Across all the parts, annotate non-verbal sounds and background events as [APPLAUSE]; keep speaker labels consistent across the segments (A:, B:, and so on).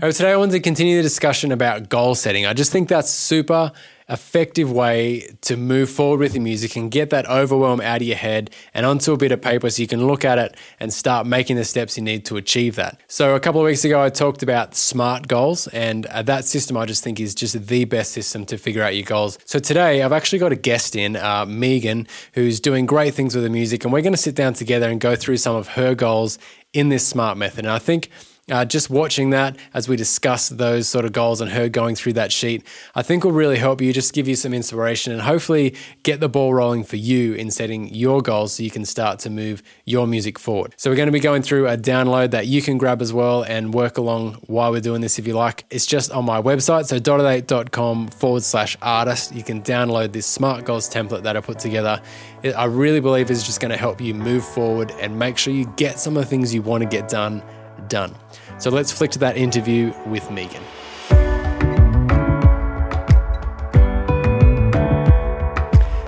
A: All right, today I wanted to continue the discussion about goal setting. I just think that's super effective way to move forward with your music and get that overwhelm out of your head and onto a bit of paper so you can look at it and start making the steps you need to achieve that. So a couple of weeks ago I talked about SMART goals and uh, that system I just think is just the best system to figure out your goals. So today I've actually got a guest in, uh, Megan, who's doing great things with the music and we're going to sit down together and go through some of her goals in this SMART method. And I think uh, just watching that as we discuss those sort of goals and her going through that sheet, I think will really help you, just give you some inspiration and hopefully get the ball rolling for you in setting your goals so you can start to move your music forward. So, we're going to be going through a download that you can grab as well and work along while we're doing this if you like. It's just on my website, so dotadate.com forward slash artist. You can download this smart goals template that I put together. It, I really believe is just going to help you move forward and make sure you get some of the things you want to get done done. So let's flick to that interview with Megan.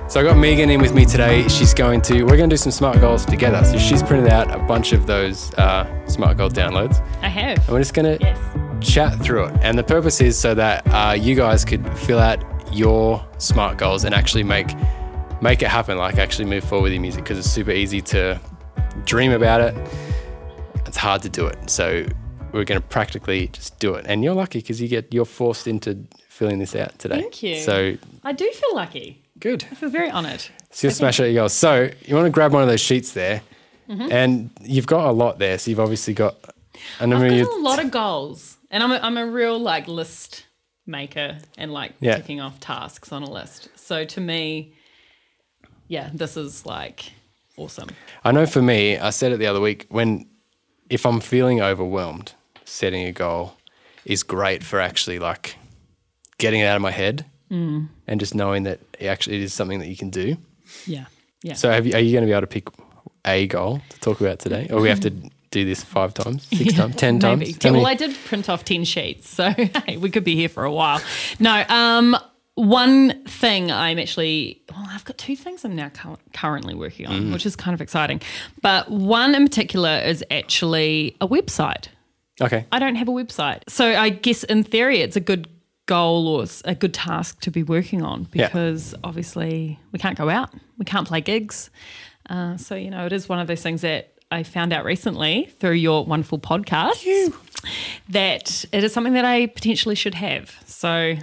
A: So I got Megan in with me today. She's going to we're going to do some smart goals together. So she's printed out a bunch of those uh, smart goal downloads,
B: I have.
A: and we're just going to
B: Yes.
A: chat through it. And the purpose is so that uh, you guys could fill out your smart goals and actually make make it happen. Like actually move forward with your music because it's super easy to dream about it. It's hard to do it. So we're going to practically just do it. And you're lucky because you get you're forced into filling this out today.
B: Thank you.
A: So
B: I do feel lucky.
A: good.
B: I feel very honoured.
A: So you'll smash out your goals. So you want to grab one of those sheets there,
B: Mm-hmm.
A: and you've got a lot there. So you've obviously got. a number
B: I've
A: of
B: got a lot of goals, and I'm a, I'm a real like list maker and like
A: Yeah.
B: ticking off tasks on a list. So to me, yeah, this is like awesome.
A: I know for me, I said it the other week when if I'm feeling overwhelmed, setting a goal is great for actually like getting it out of my head
B: Mm.
A: and just knowing that it actually it is something that you can do.
B: Yeah, yeah.
A: So have you, are you going to be able to pick a goal to talk about today or we have to do this five times, six times, 10 times?
B: Maybe.
A: How
B: well, I
A: many-
B: did print off 10 sheets, so [LAUGHS] hey, we could be here for a while. No, um, one thing I'm actually, well, I've got two things I'm now cur- currently working on,
A: Mm.
B: which is kind of exciting. But one in particular is actually a website.
A: okay.
B: I don't have a website. So I guess in theory, it's a good goal or s- a good task to be working on
A: Yeah.
B: because obviously we can't go out, we can't play gigs. Uh, so, you know, it is one of those things that I found out recently through your wonderful podcast that it is something that I potentially should have. So,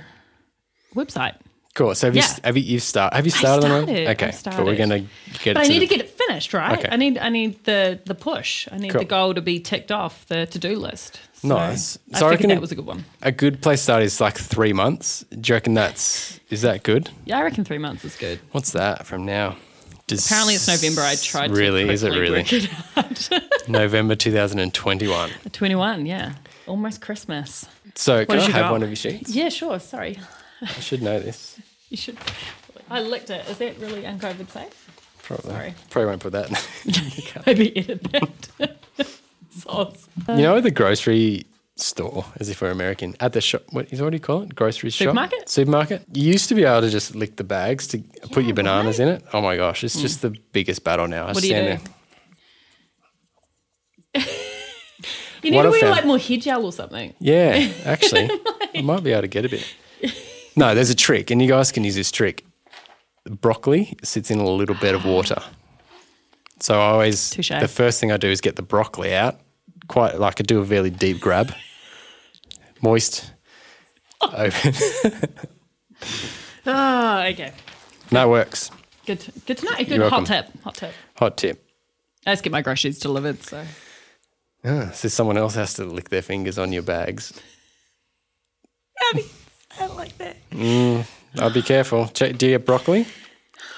B: website.
A: Cool. So have you,
B: Yeah.
A: s- have you, you've start, have you started, on
B: started.
A: it?
B: I
A: Okay. But we're
B: started.
A: going to get it
B: But I
A: to
B: need
A: the-
B: to get it finished, right?
A: Okay.
B: I need I need the the push. I need
A: Cool.
B: the goal to be ticked off the to do list. So
A: Nice.
B: I
A: So I
B: figured
A: reckon it-
B: that was a good one.
A: a good place to start is like three months. Do you reckon that's, is that good?
B: Yeah, I reckon three months is good.
A: What's that from now? Does
B: Apparently it's November. I tried.
A: Really?
B: to
A: Is it
B: quickly
A: really?
B: work it
A: November 2021.
B: out. [LAUGHS] Twenty-one. Yeah, almost Christmas.
A: So can
B: is
A: I
B: your
A: have
B: goal?
A: one of your sheets?
B: Yeah, sure. Sorry,
A: I should know this.
B: you should. I licked it. Is that really uncovid safe?
A: Probably.
B: Sorry.
A: Probably won't put that.
B: [LAUGHS] Maybe edit that. Sauce.
A: you know, at the grocery store, as if we're American, at the shop, what is what do you call it? Grocery shop?
B: Supermarket?
A: Supermarket. You used to be able to just lick the bags to put your
B: Yeah, Mm.
A: bananas in it. Oh my gosh, it's just the biggest battle now. I
B: What do you
A: stand
B: do?
A: there.
B: You need
A: What
B: to
A: I
B: wear
A: found-
B: like more hair gel or something. [LAUGHS]
A: Yeah, actually, I might be able to get a bit. No, there's a trick, and you guys can use this trick. Broccoli sits in a little bed of water. So I always,
B: Touche.
A: the first thing I do is get the broccoli out, quite like I do a fairly deep grab, moist, open. [LAUGHS]
B: Oh, okay.
A: And that works.
B: Good. To, good to know. Good
A: You're
B: hot
A: welcome.
B: tip. Hot tip.
A: Hot tip.
B: I just get my groceries delivered. So
A: So someone else has to lick their fingers on your bags.
B: I like that.
A: I'll be careful. Check, do you get broccoli?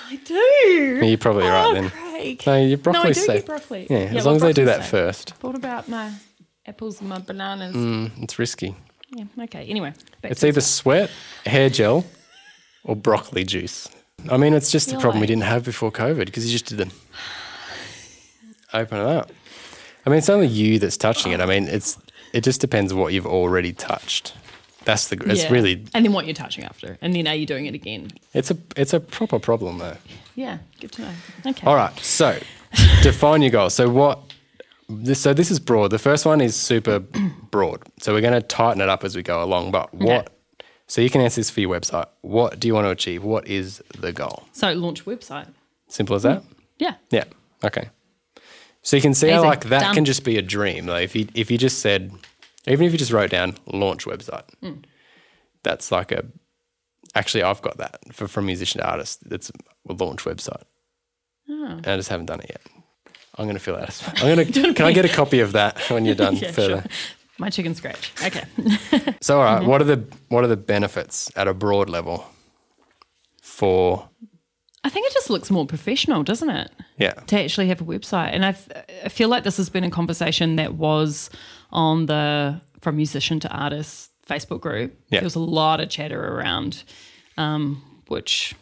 B: I do.
A: You're probably right
B: oh,
A: then.
B: Craig.
A: No, your
B: No, I do
A: broccoli's safe.
B: get broccoli.
A: Yeah, as long as they do that
B: first.
A: first. Mm.
B: What about my apples and my bananas?
A: It's risky.
B: Yeah, okay. Anyway, back
A: It's
B: to-
A: either sweat, hair gel, or broccoli juice. I mean, it's just the
B: Feel
A: problem we
B: like-
A: didn't have before COVID because you just did the open it up. I mean, it's only you that's touching it. I mean, it's it just depends what you've already touched. That's the. It's
B: Yeah.
A: really.
B: And then what you're touching after, and then are you doing it again?
A: It's a. It's a proper problem though.
B: Yeah, good to know. Okay.
A: All right. So define your goal. So what this, so this is broad. The first one is super [CLEARS THROAT] broad. So we're going to tighten it up as we go along. But what? So you can answer this for your website. What do you want to achieve? What is the goal?
B: So launch website.
A: Simple as that.
B: [LAUGHS] Yeah.
A: Yeah. Okay. So you can see how
B: Easy.
A: like that
B: Done.
A: can just be a dream. Like if you if you just said, even if you just wrote down launch website,
B: Mm.
A: that's like a. Actually, I've got that for from musician to artist. That's a launch website,
B: Oh.
A: and I just haven't done it yet. I'm gonna fill out. a-
B: [LAUGHS]
A: I'm gonna. can I get a copy of that when you're done?
B: Yeah,
A: further?
B: sure. Mm-hmm. My chicken scratch. Okay. [LAUGHS]
A: So, all right, what are the what are the benefits at a broad level for?
B: I think it just looks more professional, doesn't it?
A: Yeah,
B: To actually have a website. And I, th- I feel like this has been a conversation that was on the From Musician to Artist Facebook group.
A: Yeah.
B: There was a lot of chatter around um, which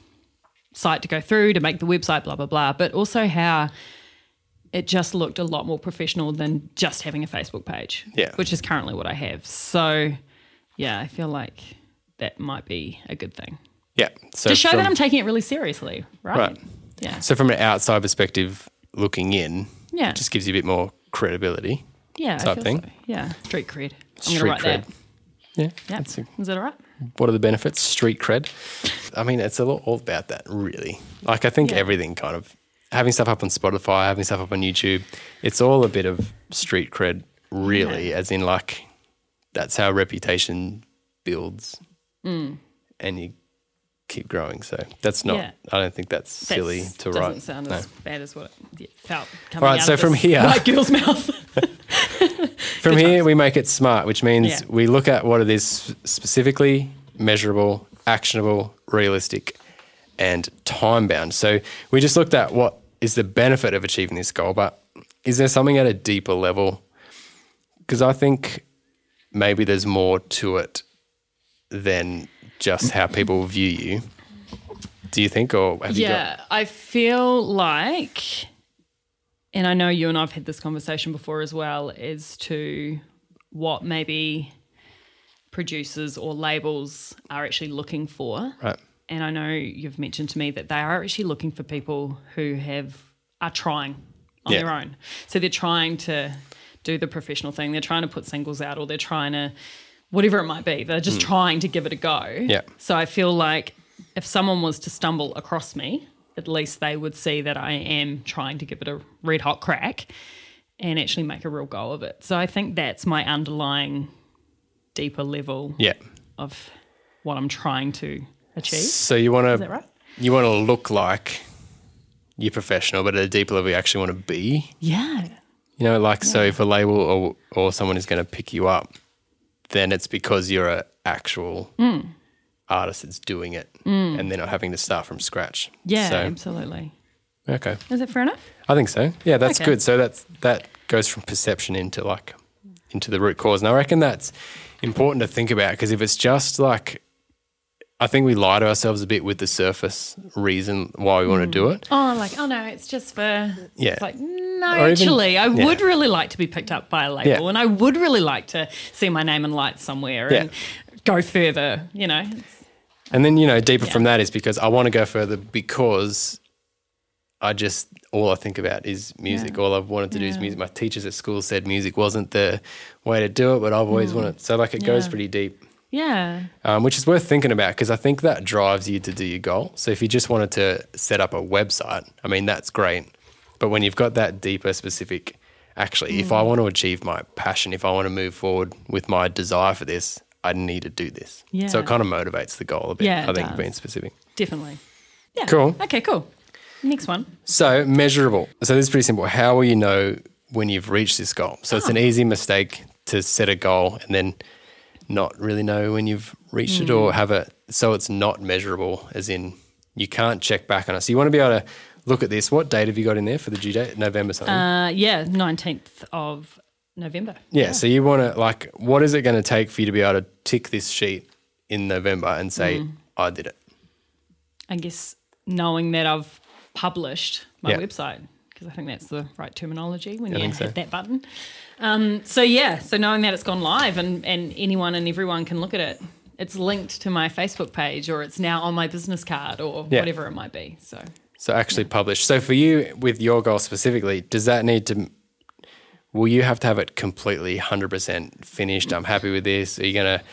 B: site to go through to make the website, blah, blah, blah. But also how it just looked a lot more professional than just having a Facebook page,
A: Yeah.
B: which is currently what I have. So, yeah, I feel like that might be a good thing.
A: yeah. So
B: to show
A: from,
B: that I'm taking it really seriously, right?
A: Right.
B: Yeah.
A: so from an outside perspective looking in,
B: Yeah.
A: it just gives you a bit more credibility.
B: yeah. I
A: type
B: feel
A: thing.
B: so. Yeah. Street cred. I'm
A: Street
B: gonna write
A: cred.
B: that.
A: Yeah,
B: Yeah.
A: That's a-
B: Is that all right?
A: what are the benefits? Street cred. I mean, it's a lot all about that, really. Like, I think
B: Yeah.
A: everything kind of having stuff up on Spotify, having stuff up on YouTube, it's all a bit of street cred, really. As in, like, that's how reputation builds, and you keep growing. So that's not.
B: Mm. Yeah.
A: I don't think that's
B: That
A: silly to
B: doesn't
A: write.
B: sound
A: No.
B: as bad as what it yeah, felt coming
A: All right,
B: out
A: so
B: of
A: from
B: this
A: here-
B: white girl's mouth.
A: From here, we make it smart, which means
B: Yeah.
A: we look at what it is sp- specifically, measurable, actionable, realistic, and time bound. So we just looked at what is the benefit of achieving this goal, but is there something at a deeper level? Because I think maybe there's more to it than just how people view you. Do you think, or have you got?
B: yeah. I feel like and I know you and I've had this conversation before as well, as to what maybe producers or labels are actually looking for.
A: Right.
B: and I know you've mentioned to me that they are actually looking for people who have are trying on
A: Yeah.
B: their own. So they're trying to do the professional thing. They're trying to put singles out, or they're trying to whatever it might be. They're
A: Mm.
B: just trying to give it a go.
A: Yeah.
B: So I feel like if someone was to stumble across me, at least they would see that I am trying to give it a red hot crack and actually make a real go of it. So I think that's my underlying deeper level
A: Yeah.
B: of what I'm trying to achieve.
A: So you want to.
B: that right?
A: You want to look like you're professional, but at a deeper level, you actually want to be.
B: Yeah.
A: You know, like so, if a label or or someone is going to pick you up, then it's because you're an actual
B: Hmm.
A: artist that's doing it, and they're not having to start from scratch.
B: Yeah,
A: So,
B: absolutely.
A: okay,
B: Is it fair enough?
A: I think so. Yeah, that's
B: Okay.
A: good. So that's that goes from perception into like into the root cause, and I reckon that's important to think about because if it's just like. I think we lie to ourselves a bit with the surface reason why we want to do it.
B: Oh, like, oh no, it's just for.
A: Yeah.
B: It's like, no,
A: Or even-
B: actually, I
A: yeah.
B: would really like to be picked up by a label
A: Yeah.
B: and I would really like to see my name in lights somewhere and go further, you know? It's-
A: And then, you know, deeper from that is because I want to go further because I just, all I think about is music. All I've wanted to do is music. My teachers at school said music wasn't the way to do it, but I've always wanted, so like it goes
B: Mm. Yeah.
A: pretty deep,
B: yeah.
A: um, which is worth thinking about because I think that drives you to do your goal. So if you just wanted to set up a website, I mean, that's great. But when you've got that deeper, specific, actually, if
B: Mm.
A: I want to achieve my passion, if I want to move forward with my desire for this, I need to do this. So
B: Yeah.
A: it kind of motivates the goal a bit,
B: Yeah,
A: I
B: it
A: think,
B: does.
A: being specific.
B: Definitely. Yeah.
A: Cool.
B: Okay, cool. Next one.
A: So measurable. So this is pretty simple. How will you know when you've reached this goal? So it's an easy mistake to set a goal and then not really know when you've reached it or have it. So it's not measurable, as in you can't check back on it. So you want to be able to look at this. What date have you got in there for the due date? November something.
B: Uh, yeah, 19th of November.
A: yeah, So you want to like, what is it going to take for you to be able to tick this sheet in November and say, I did it?
B: I guess knowing that I've published my
A: Yeah.
B: website because I think that's the right terminology when
A: I
B: you
A: think
B: hit
A: so.
B: that button. Um, so yeah, so knowing that it's gone live and and anyone and everyone can look at it. It's linked to my Facebook page or it's now on my business card or
A: Yeah.
B: whatever it might be. So
A: So actually publish. So for you, with your goal specifically, does that need to? will you have to have it completely 100% finished? I'm happy with this. Are you going to.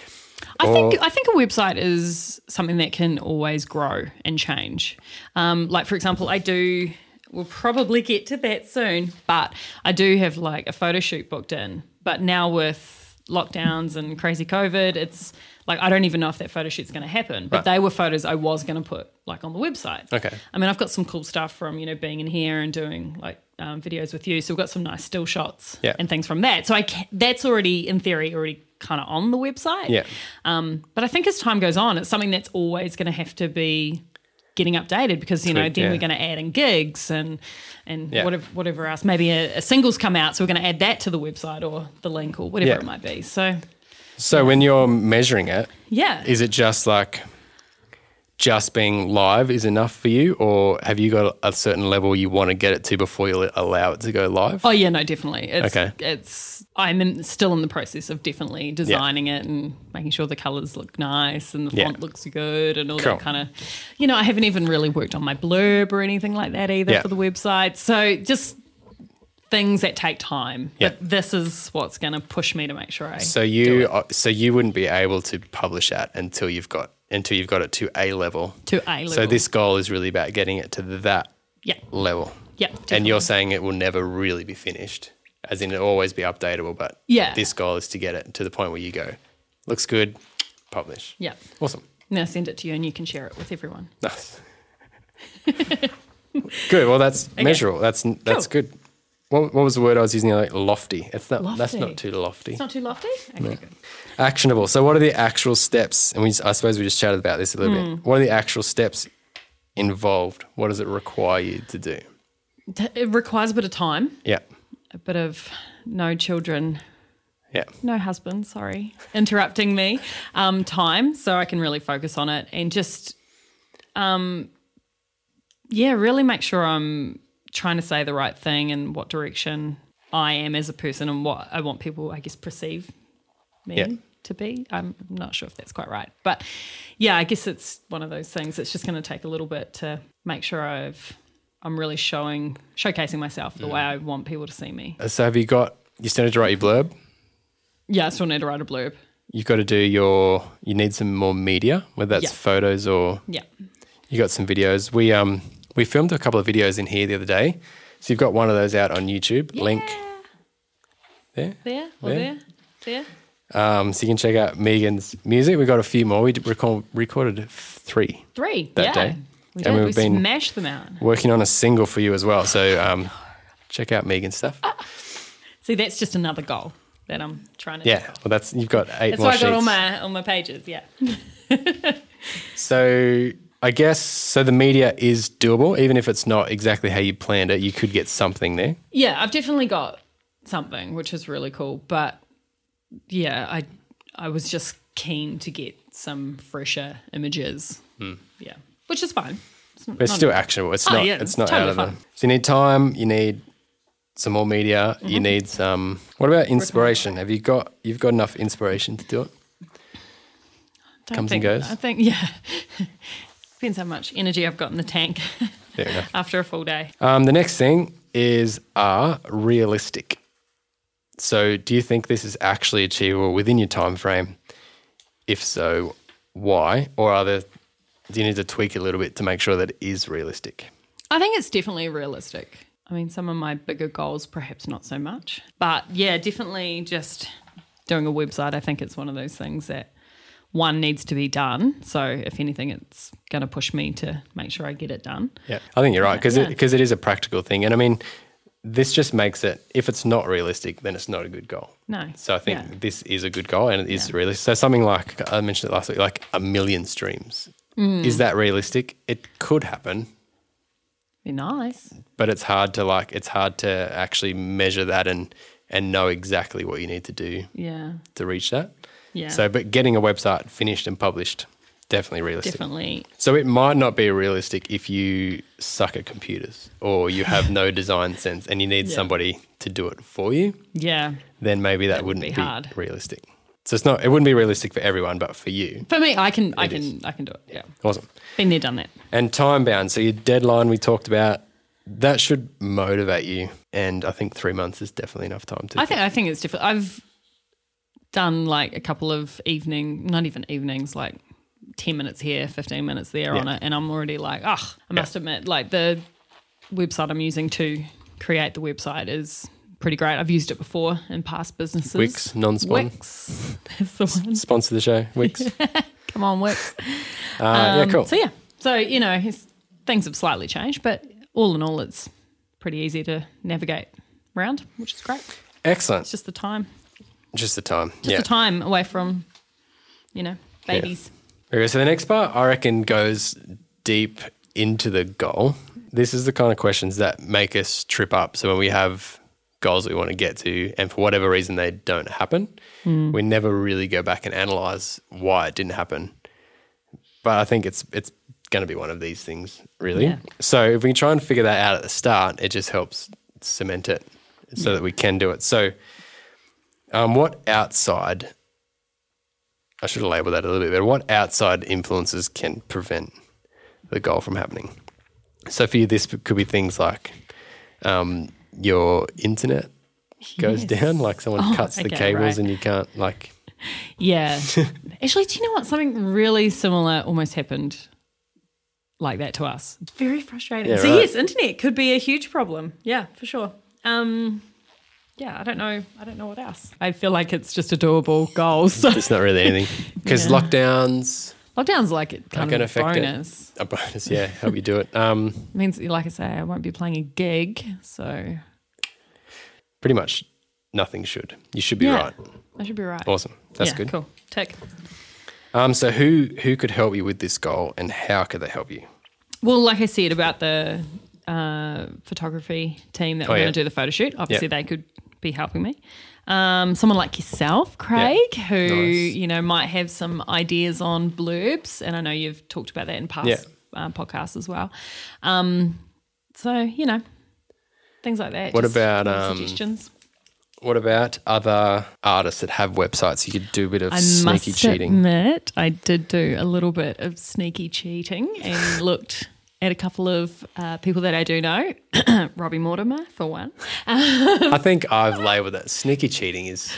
B: I think I think a website is something that can always grow and change. Um, like for example, I do. We'll probably get to that soon, but I do have like a photo shoot booked in. But now with lockdowns and crazy COVID, it's like I don't even know if that photo shoot's going to happen. But
A: Right.
B: they were photos I was going to put like on the website.
A: Okay.
B: I mean, I've got some cool stuff from you know being in here and doing like um, videos with you. So we've got some nice still shots
A: Yeah.
B: and things from that. So I ca that's already in theory already kind of on the website.
A: Yeah.
B: Um, but I think as time goes on, it's something that's always going to have to be getting updated because you know
A: Tweaked,
B: then
A: yeah.
B: we're going to add in gigs and and
A: Yeah.
B: whatever whatever else. Maybe a, a single's come out, so we're going to add that to the website or the link or whatever
A: Yeah.
B: it might be. So
A: So when you're measuring it,
B: yeah,
A: is it just like just being live is enough for you or have you got a certain level you want to get it to before you allow it to go live
B: Oh yeah, no, definitely. It's,
A: Okay.
B: It's I'm in, still in the process of definitely designing it and making sure the colours look nice and the
A: Yeah.
B: font looks good and all
A: Cool.
B: that kind of. You know, I haven't even really worked on my blurb or anything like that either
A: Yeah.
B: for the website. So just things that take time.
A: Yeah.
B: But this is what's going to push me to make sure I.
A: so you uh, so you wouldn't be able to publish that until you've got until you've got it to a level
B: To A
A: so
B: level.
A: this goal is really about getting it to that
B: yeah.
A: level
B: Yeah.
A: and you're saying it will never really be finished as in it'll always be updatable but
B: Yeah.
A: this goal is to get it to the point where you go looks good publish
B: Yeah.
A: awesome
B: Now send it to you and you can share it with everyone.
A: Nice. [LAUGHS] good. Well, that's measurable. That's that's
B: Cool.
A: good. What, what was the word I was using? Like lofty. It's not. That's
B: Lofty.
A: not too lofty.
B: It's not too lofty. Okay, good.
A: Actionable. So, what are the actual steps? And we, just, I suppose, we just chatted about this a little
B: Hmm.
A: bit. What are the actual steps involved? What does it require you to do?
B: T- It requires a bit of time,
A: Yeah.
B: a bit of no children
A: Yeah.
B: no husband, sorry, interrupting me, um, time so I can really focus on it and just, um, yeah, really make sure I'm trying to say the right thing and what direction I am as a person and what I want people, I guess, perceive me
A: Yeah.
B: to be. I'm not sure if that's quite right, but yeah, I guess it's one of those things. It's just going to take a little bit to make sure I've. I'm really showing, showcasing myself the way I want people to see me.
A: Uh, So, have you got? You still need to write your blurb.
B: Yeah, I still need to write a blurb.
A: You've got to do your. You need some more media, whether that's
B: Yeah.
A: photos or
B: Yeah.
A: You got some videos. We um we filmed a couple of videos in here the other day. So you've got one of those out on YouTube. Link there.
B: There or
A: Yeah.
B: there? There?
A: Um, so you can check out Megan's music. We got a few more. We d- record, recorded three.
B: Three.
A: That
B: yeah.
A: day.
B: We
A: And
B: did. We
A: we've been-
B: smashed them out.
A: Working on a single for you as well. So um, check out Megan's stuff.
B: See, that's just another goal that I'm trying to
A: Yeah. Well, that's you've got eight
B: That's
A: more
B: why I
A: sheets.
B: got all my all my pages. Yeah.
A: So I guess so. The media is doable, even if it's not exactly how you planned it. You could get something there.
B: Yeah, I've definitely got something, which is really cool. But yeah, I I was just keen to get some fresher images.
A: Hmm.
B: Yeah. Which is fine. It's not,
A: But it's
B: not-
A: still actionable. It's
B: Oh,
A: not.
B: yeah,
A: it's,
B: it's
A: not
B: totally
A: out of
B: fine.
A: them. So you need time. You need some more media.
B: Mm-hmm.
A: You need some. What about inspiration? Have you got? You've got enough inspiration to do it.
B: don't
A: comes and
B: think,
A: goes.
B: I think [LAUGHS] yeah. Depends how much energy I've got in the tank [LAUGHS]
A: Fair enough.
B: after a full day.
A: Um, the next thing is are realistic. So do you think this is actually achievable within your time frame? If so, why? Or are there? Do you need to tweak it a little bit to make sure that it is realistic?
B: I think it's definitely realistic. I mean, some of my bigger goals, perhaps not so much. But yeah, definitely just doing a website. I think it's one of those things that one needs to be done. So, if anything, it's going to push me to make sure I get it done.
A: Yeah, I think you're right because
B: Yeah.
A: it is a practical thing, and I mean, this just makes it. If it's not realistic, then it's not a good goal.
B: No.
A: So I think
B: Yeah.
A: this is a good goal, and it is realistic. So something like I mentioned it last week, like a million streams.
B: Mm.
A: Is that realistic? It could happen,
B: Be nice.
A: but it's hard to like. It's hard to actually measure that and and know exactly what you need to do
B: Yeah.
A: to reach that.
B: Yeah.
A: So, but getting a website finished and published definitely realistic.
B: Definitely.
A: So it might not be realistic if you suck at computers or you have
B: [LAUGHS]
A: no design sense and you need
B: Yeah.
A: somebody to do it for you,
B: Yeah.
A: then maybe that, wouldn't
B: be
A: be,
B: hard.
A: realistic. So it's not it wouldn't be realistic for everyone, but for you.
B: For me, I can, I
A: It
B: can,
A: is.
B: I can do it. Yeah.
A: Awesome.
B: Been there, done that.
A: And time bound. So your deadline we talked about, that should motivate you And I think three months is definitely enough time to.
B: I think I think it's different. I've done like a couple of evening, not even evenings, like ten minutes here, fifteen minutes there on
A: Yeah.
B: it, and I'm already like, oh, I must admit, like the website I'm using to create the website is pretty great. I've used it before in past businesses.
A: Wix, non-spawn.
B: Wix, [LAUGHS] that's the one.
A: Sponsor the show,
B: [LAUGHS]
A: Wix. uh,
B: Come
A: [LAUGHS]
B: on, Wix. Um,
A: yeah, cool.
B: So yeah, so you know, his, things have slightly changed, but all in all, it's pretty easy to navigate around, which is great.
A: Excellent.
B: It's just the time,
A: Just the time.
B: just
A: yeah.
B: the time away from, you know, babies.
A: Okay, so the next part I reckon goes deep into the goal. This is the kind of questions that make us trip up. So when we have goals that we want to get to, and for whatever reason they don't happen, we never really go back and analyze why it didn't happen. But I think it's it's going to be one of these things, really.
B: Yeah.
A: So if we try and figure that out at the start, it just helps cement it so that we can do it. So, um, what outside I should have labeled that a little bit better. What outside influences can prevent the goal from happening? So for you, this could be things like um, your internet goes
B: Yes.
A: down, like someone
B: Oh,
A: cuts the
B: okay,
A: cables
B: right.
A: and you can't like. [LAUGHS]
B: Yeah. Actually, do you know what? Something really similar almost happened like that to us. Very frustrating.
A: Yeah,
B: so
A: right.
B: yes, internet could be a huge problem. Yeah, for sure. Um yeah, I don't know. I don't know what else. I feel like it's just a doable goal. So
A: It's not really anything
B: [LAUGHS]
A: because
B: Yeah.
A: lockdowns
B: [LAUGHS] lockdown's like it kind
A: gonna
B: of a
A: affect it.
B: bonus.
A: a bonus. Yeah, help you do it. Um,
B: It means like I say, I won't be playing a gig, so
A: pretty much nothing should. You should be
B: yeah,
A: right.
B: I should be right.
A: Awesome. That's
B: yeah,
A: good.
B: Cool. Tick.
A: Um, so who who could help you with this goal and how could they help you?
B: Well, like I said about the uh, photography team that
A: Oh,
B: were
A: yeah.
B: going to do the photo shoot, obviously
A: Yeah.
B: they could be helping me. Um, someone like yourself, Craig, who
A: Nice.
B: you know might have some ideas on blurbs, and I know you've talked about that in past
A: Yeah.
B: uh, podcasts as well. Um, so you know things like that.
A: What
B: just
A: about,
B: little
A: um,
B: suggestions?
A: What about other artists that have websites? You could do a bit of
B: I
A: sneaky
B: must [LAUGHS]
A: cheating.
B: admit, I did do a little bit of sneaky cheating and looked at a couple of uh, people that I do know, [CLEARS THROAT] Robbie Mortimer for one.
A: I think I've labelled that sneaky cheating is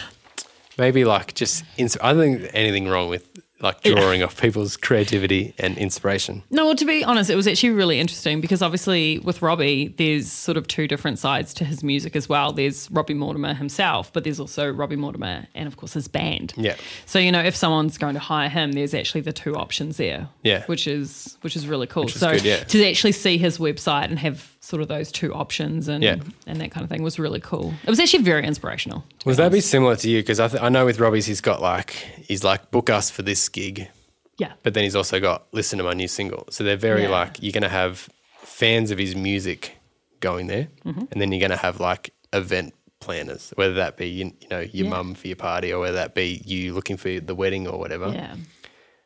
A: maybe like just. Ins- I don't think anything wrong with like drawing off people's creativity and inspiration.
B: No, well, to be honest, it was actually really interesting because obviously with Robbie, there's sort of two different sides to his music as well. There's Robbie Mortimer himself, but there's also Robbie Mortimer and, of course, his band.
A: Yeah.
B: So you know, if someone's going to hire him, there's actually the two options there.
A: Yeah.
B: Which is which is really cool.
A: is
B: so
A: good, yeah.
B: to actually see his website and have sort of those two options and
A: Yeah.
B: and that kind of thing was really cool. It was actually very inspirational. to
A: Would
B: be
A: that be
B: honest.
A: similar to you? Because I, th- I know with Robbie's, he's got like he's like book us for this gig,
B: Yeah.
A: but then he's also got listen to my new single. So they're very
B: Yeah.
A: like you're going to have fans of his music going there,
B: Mm-hmm.
A: and then you're going to have like event planners, whether that be you, you know your
B: Yeah.
A: mum for your party or whether that be you looking for the wedding or whatever.
B: Yeah.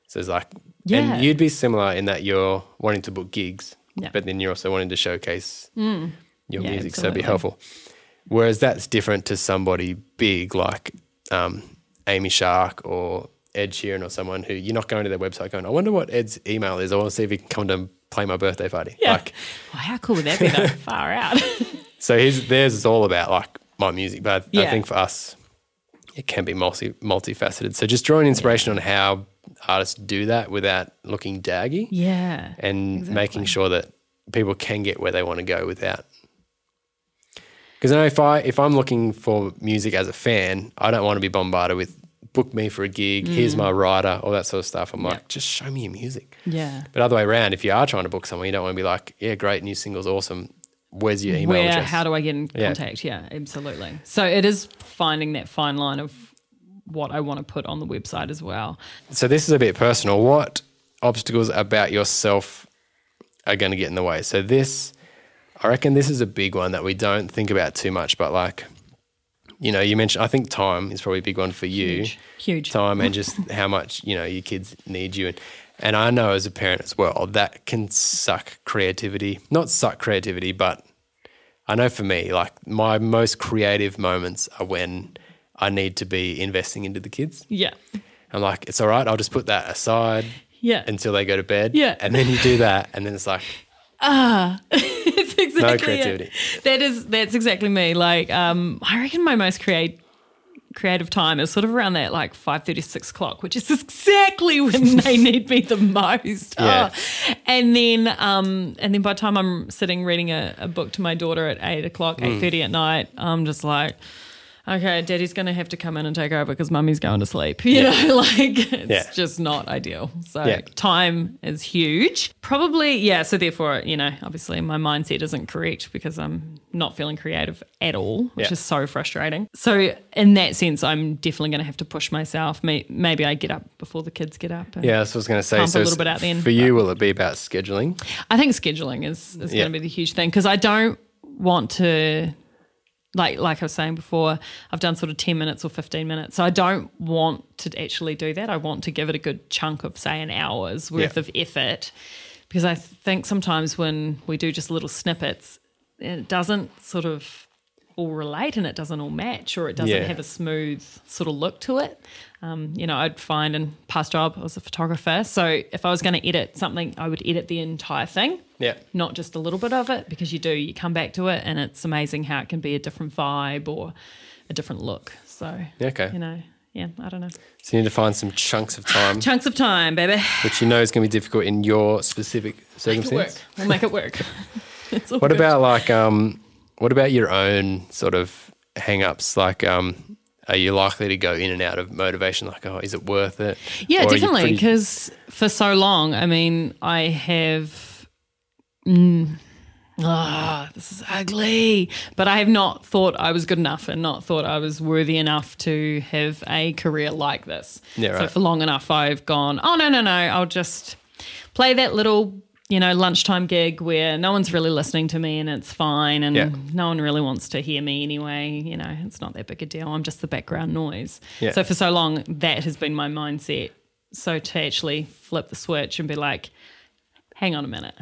A: So it's like,
B: Yeah.
A: and you'd be similar in that you're wanting to book gigs,
B: Yeah. Mm.
A: but then you're also wanting to showcase your
B: Yeah,
A: music. So it'd be
B: absolutely.
A: helpful. Whereas that's different to somebody big like um, Amy Shark or Ed Sheeran or someone who you're not going to their website going, I wonder what Ed's email is. I want to see if he can come to play my birthday party.
B: Yeah.
A: Like,
B: Oh, how cool would that be
A: [LAUGHS]
B: though? Far out.
A: so his, theirs is all about like my music, but I, I
B: Yeah.
A: think for us, it can be multi multifaceted. So just drawing inspiration on how artists do that without looking daggy
B: yeah.
A: and making sure that people can get where they want to go without. Because I know if I if I'm looking for music as a fan, I don't want to be bombarded with book me for a gig. Here's my writer, all that sort of stuff. I'm like, just show me your music.
B: Mm. Yeah.
A: But other way around, if you are trying to book someone, you don't want to be like, yeah, great, new single's awesome. Where's your email
B: Where,
A: address?
B: how do I get in
A: Yeah.
B: contact? Yeah. absolutely. So it is finding that fine line of what I want to put on the website as well.
A: so this is a bit personal. What obstacles about yourself are going to get in the way? So this, I reckon, this is a big one that we don't think about too much. But like, you know, you mentioned, I think time is probably a big one for you.
B: Huge. Huge.
A: Time and just how much you know your kids need you, and and I know as a parent as well that can suck creativity. Not suck creativity, but I know for me, like my most creative moments are when I need to be investing into the kids.
B: Yeah.
A: I'm like, it's all right. I'll just put that aside
B: Yeah.
A: until they go to bed.
B: Yeah.
A: And then you do that. And then it's like,
B: it's [LAUGHS] exactly exactly it.
A: creativity.
B: That is that's exactly me. Like um, I reckon my most create creative time is sort of around that like five thirty six o'clock, which is [LAUGHS] exactly when they need me the most.
A: Yeah.
B: Oh. And then um, and then by the time I'm sitting reading a, a book to my daughter at eight o'clock,
A: Mm.
B: eight thirty at night, I'm just like. Okay, daddy's going to have to come in and take over because mummy's going to sleep. [LAUGHS] You know, like it's
A: Yeah.
B: just not ideal. So
A: Yeah.
B: time is huge. Probably, yeah. So therefore, you know, obviously my mindset isn't correct because I'm not feeling creative at all, which
A: Yeah.
B: is so frustrating. So in that sense, I'm definitely going to have to push myself. May- Maybe I get up before the kids get up. and-
A: Yeah, that's what I was going to say.
B: Pump a
A: so
B: little
A: s-
B: bit out then,
A: for you, will it be about scheduling?
B: I think scheduling is, is
A: Yeah.
B: going to be the huge thing because I don't want to, like like I was saying before, I've done sort of ten minutes or fifteen minutes, so I don't want to actually do that. I want to give it a good chunk of say an hour's worth
A: Yeah.
B: of effort because I think sometimes when we do just little snippets, it doesn't sort of all relate and it doesn't all match or it doesn't
A: Yeah.
B: have a smooth sort of look to it. Um, you know, I'd find in past job I was a photographer, so if I was going to edit something, I would edit the entire thing,
A: Yeah.
B: not just a little bit of it, because you do you come back to it and it's amazing how it can be a different vibe or a different look. So
A: Okay.
B: you know, yeah, I don't know,
A: So you need to find some chunks of time,
B: chunks of time, baby.
A: which you know is going to be difficult in your specific
B: It'll work.
A: circumstance.
B: We'll make
A: [LAUGHS]
B: it work. It's all
A: What
B: good.
A: about like um, what about your own sort of hang-ups? Like um, are you likely to go in and out of motivation? Like, oh, is it worth it? Or are
B: Yeah,
A: you
B: definitely.
A: pretty-
B: Because for so long, I mean, I have. Mm, ah, this is ugly. But I have not thought I was good enough and not thought I was worthy enough to have a career like this.
A: Yeah,
B: So
A: right.
B: for long enough, I've gone, oh, no, no, no. I'll just play that little, you know, lunchtime gig where no one's really listening to me and it's fine. And
A: Yeah.
B: no one really wants to hear me anyway. You know, it's not that big a deal. I'm just the background noise.
A: Yeah.
B: So for so long, that has been my mindset. So to actually flip the switch and be like, hang on a minute,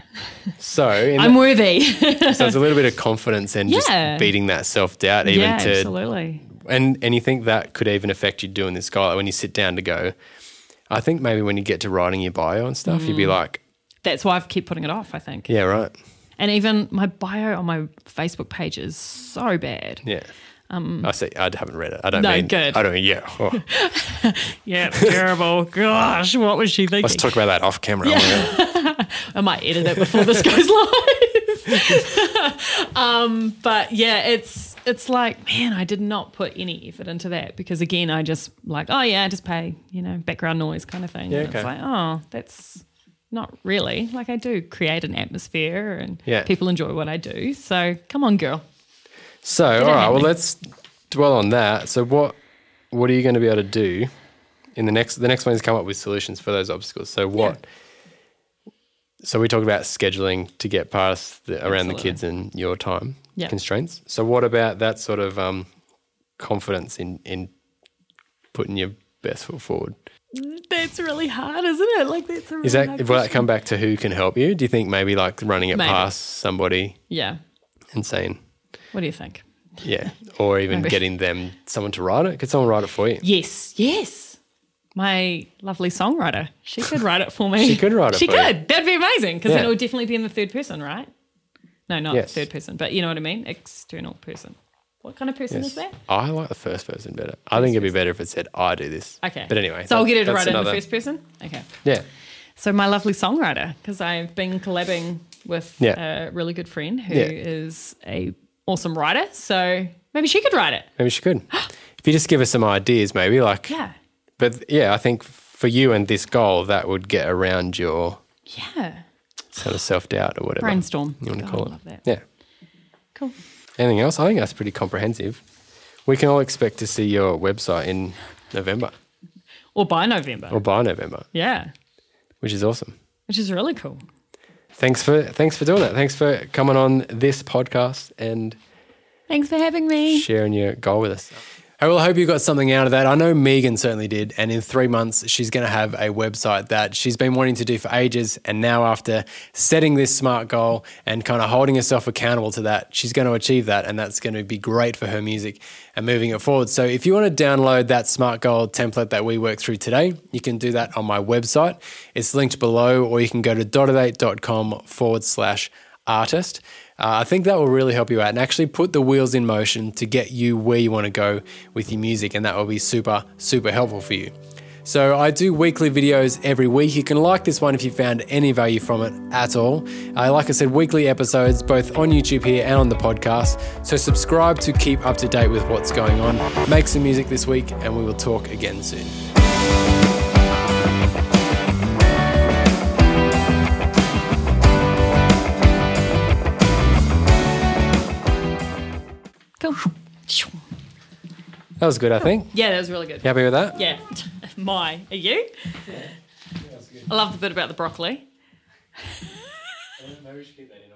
A: so in [LAUGHS]
B: I'm worthy.
A: So it's a little bit of confidence and
B: Yeah.
A: just beating that self doubt, even
B: yeah,
A: to
B: absolutely.
A: and and you think that could even affect you doing this guy like when you sit down to go. I think maybe when you get to writing your bio and stuff, you'd be
B: Mm.
A: like,
B: That's why I've kept putting it off, I think.
A: yeah, right,
B: And even my bio on my Facebook page is so bad.
A: yeah. I see. I haven't read it. I don't
B: Um, No,
A: mean.
B: good.
A: I don't. Yeah. Oh,
B: [LAUGHS] Yeah, it's terrible. [LAUGHS] Gosh, what was she thinking?
A: let's talk about that off camera. Yeah.
B: I might edit it before this goes [LAUGHS] live. [LAUGHS] um, but yeah, it's it's like, man, I did not put any effort into that because again, I just like, oh yeah, I just pay, you know, background noise kind of thing.
A: Yeah,
B: and
A: okay.
B: It's like, oh, that's not really. Like I do create an atmosphere and
A: Yeah.
B: people enjoy what I do. So come on, girl.
A: So all right. Well,
B: happening.
A: let's dwell on that. So what what are you going to be able to do in the next? The next one is come up with solutions for those obstacles. So what? So we talked about scheduling to get past the, around
B: Absolutely.
A: the kids and your time
B: Yeah.
A: constraints. So what about that sort of um, confidence in in putting your best foot forward?
B: That's really hard, isn't it? Like that's a really
A: Is that
B: hard
A: will that
B: question.
A: come back to who can help you? Do you think maybe like running it
B: Maybe.
A: past somebody
B: Yeah.
A: and saying
B: What do you think? [LAUGHS]
A: yeah, or even
B: Maybe.
A: getting them someone to write it? Could someone write it for you?
B: Yes, yes. My lovely songwriter. She could write it for me.
A: She could write it
B: She
A: for you.
B: could. That'd be amazing because then
A: Yeah.
B: it would definitely be in the third person, right? No, not
A: Yes.
B: third person, but you know what I mean? External person. What kind of person is that?
A: I like the first person better. I think it'd be better if it said I do this.
B: Okay.
A: But anyway.
B: So I'll get her to
A: that's
B: write it in the
A: another-
B: first person? Okay.
A: Yeah.
B: So my lovely songwriter, because I've been collabing with
A: Yeah.
B: a really good friend who
A: Yeah.
B: is a awesome writer. So maybe she could write it.
A: Maybe she
B: [GASPS]
A: could. if you just give us some ideas, maybe like.
B: Yeah.
A: But yeah, I think for you and this goal, that would get around your
B: Yeah.
A: sort of self doubt or whatever.
B: Brainstorm.
A: You want to
B: God,
A: call
B: I
A: it.
B: love that.
A: Yeah.
B: Cool.
A: Anything else? I think that's pretty comprehensive. We can all expect to see your website in November
B: Or by November.
A: or by November,
B: yeah.
A: which is awesome.
B: Which is really cool.
A: Thanks for thanks for doing that. Thanks for coming on this podcast and
B: Thanks for having me.
A: sharing your goal with us. I will hope you got something out of that. I know Megan certainly did. And in three months, she's going to have a website that she's been wanting to do for ages. And now, after setting this smart goal and kind of holding herself accountable to that, she's going to achieve that. And that's going to be great for her music and moving it forward. So, if you want to download that smart goal template that we worked through today, you can do that on my website. It's linked below, or you can go to dotadate.com forward slash artist. Uh, I think that will really help you out and actually put the wheels in motion to get you where you want to go with your music. And that will be super, super helpful for you. So I do weekly videos every week. You can like this one if you found any value from it at all. Uh, like I said, weekly episodes both on YouTube here and on the podcast. So subscribe to keep up to date with what's going on. Make some music this week, and we will talk again soon.
B: Cool.
A: That was good, I think.
B: Yeah, that was really good.
A: You happy with that?
B: Yeah. [LAUGHS] My. Are you? I love the bit about the broccoli.
A: Maybe we should keep that in.